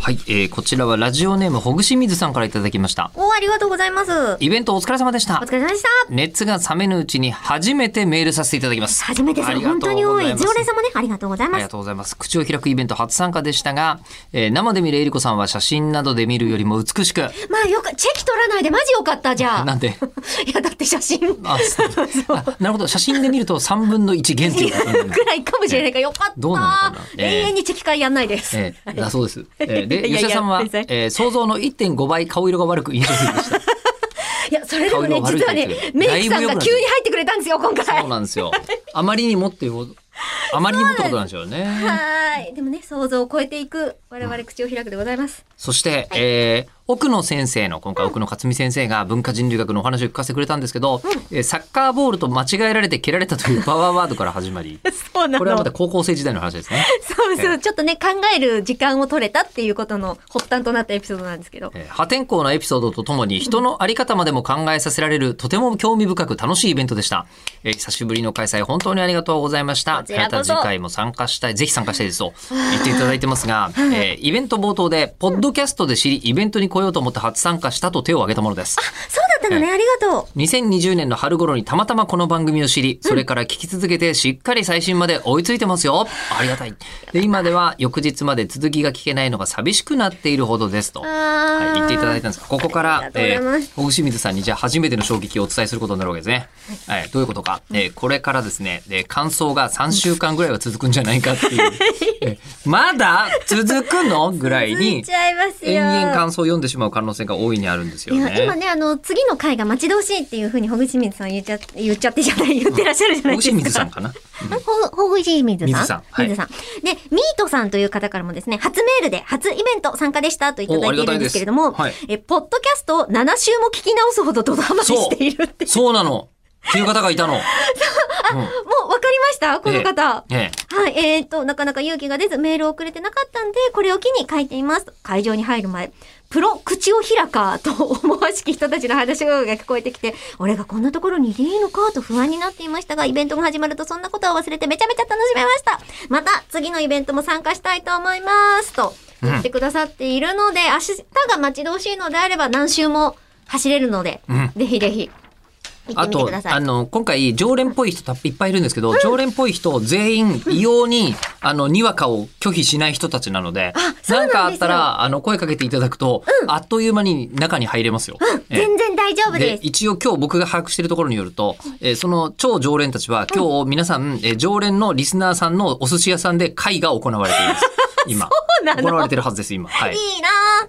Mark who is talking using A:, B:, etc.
A: はい、えーこちらはラジオネームほぐしみずさんからいただきました。
B: お、ありがとうございます。お
A: イベントお疲れ様でした
B: 疲。れ様でした。
A: 熱が冷めぬうちに初めてメールさせていただきます。
B: 初めてで
A: あ
B: す。
A: りがとうござ
B: 本当に多い。
A: います
B: 常連様ね、ありがとうござい
A: あ
B: ま
A: りが
B: す。
A: とうございます。口を開くイベント初参加でしたが、えー生で見るえりこさんは写真などで見るよりも美しく、
B: まあよく、チェキ取らないでマジよかった、じゃ
A: な
B: あ。
A: んで、
B: いや、だって写真。ぐ
A: あ、そうあなるほど、写真で見ると3分の1減っていう。 うん
B: らいかもしれないからよかった。
A: どうなのかなええ
B: 永遠にチェキ会やんないです。
A: えーだそうです。えーで、
B: いやいや
A: 吉田さんは、
B: ごめんなさい
A: えー想像の1.5倍顔色が悪く印象的でした。
B: いや、それでもね、
A: 顔色
B: 実は
A: 悪い
B: ね
A: タイプ、
B: メイクさ
A: だいぶ良
B: ん
A: くな
B: が
A: る
B: 急に入ってくれたんですよ、今回
A: そう。なんです よ。あまりにもっていうこと、あまりにもってことなんでしょうね。
B: はい。でもね、想像を超えていく、我々口を開くでございます。
A: そして、えー奥野先生の今回奥野克美先生が文化人類学のお話を聞かせてくれたんですけど、えーサッカーボールと間違えられて蹴られたという パワーワードから始ま り
B: そうな
A: これはまだ高校生時代の話です ね、
B: そうそ
A: え
B: う。ちょっとね、考える時間を取れたっていうことの発端となったエピソードなんですけど。
A: えー破天荒なエピソードとともに人の在り方までも考えさせられるとても興味深く楽しいイベントでした、えー久しぶりの開催本当にありがとうございました
B: こちらこそ
A: また次回も参加したいぜひ参加したいです と言っていただいてますが、えーイベント冒頭でポッドキャストで知りイベントに来ようと思って初参加したと手を挙げたものです
B: そうだったのね、ありがとう。
A: 2020年の春頃にたまたまこの番組を知り、それから聞き続けてしっかり最新まで追いついてますよ。ありがたい。で、今では翌日まで続きが聞けないのが寂しくなっているほどですと。はい
B: あー
A: 言っていただいたんですが、ここから
B: ありが、とうございます
A: ほぐしみずさんにじゃあ初めての衝撃をお伝えすることになるわけですね。はい、どういうことか。えーこれからですね、えー感想が3週間ぐらいは続くんじゃないか っていう。えーまだ続くのぐらい
B: 続
A: に
B: い、ちゃいますよ。
A: 延々感想を読んでしまう可能性が大いにあるんですよ
B: い
A: ね。
B: や今ねあの次の回が待ち遠しいっていうふうにほぐしみずさん言っちゃ言っちゃってじゃない言ってらっしゃるじゃな
A: ほぐ
B: いです
A: し
B: か。
A: みずさんかな。
B: ほほぐしみずさん。
A: 水さんはい
B: 水さんでミートさんという方からもですね初メールで初イベント参加でしたといただいているんですけれど
A: おあ
B: も、
A: りがたいです
B: えポッドキャストを7週も聞き直すほどドハマりしているっていう
A: そうなの。っていう方がい たの。
B: もうわかりましたこの方。
A: ええ、
B: はい、えー、と、なかなか勇気が出ずメールを送れてなかったんで、これを機に書いています。会場に入る前、プロ口を開かと思わしき人たちの話し声が聞こえてきて、俺がこんなところにいていいのかと不安になっていましたが、イベントが始まるとそんなことは忘れてめちゃめちゃ楽しめました。また、次のイベントも参加したいと思います。と言ってくださっているので、明日が待ち遠しいのであれば何周も走れるので、
A: うん
B: ぜひぜひ、行っ
A: あ
B: てみて
A: と
B: くだ、さい。
A: あの、今回、常連っぽい人たいっぱいいるんですけど、常連っぽい人全員、異様に、あの、にわかを拒否しない人たちなので、
B: そうなんですよ
A: かあったら、あの、声かけていただくと、あっという間に中に入れますよ。ええ
B: 全然大丈夫です。
A: 一応今日僕が把握しているところによると、えーその超常連たちは今日皆さん、えー常連のリスナーさん のお寿司屋さんで会が行われています。今。
B: うなの
A: 行われてるはずです、今。はい。
B: いいなぁ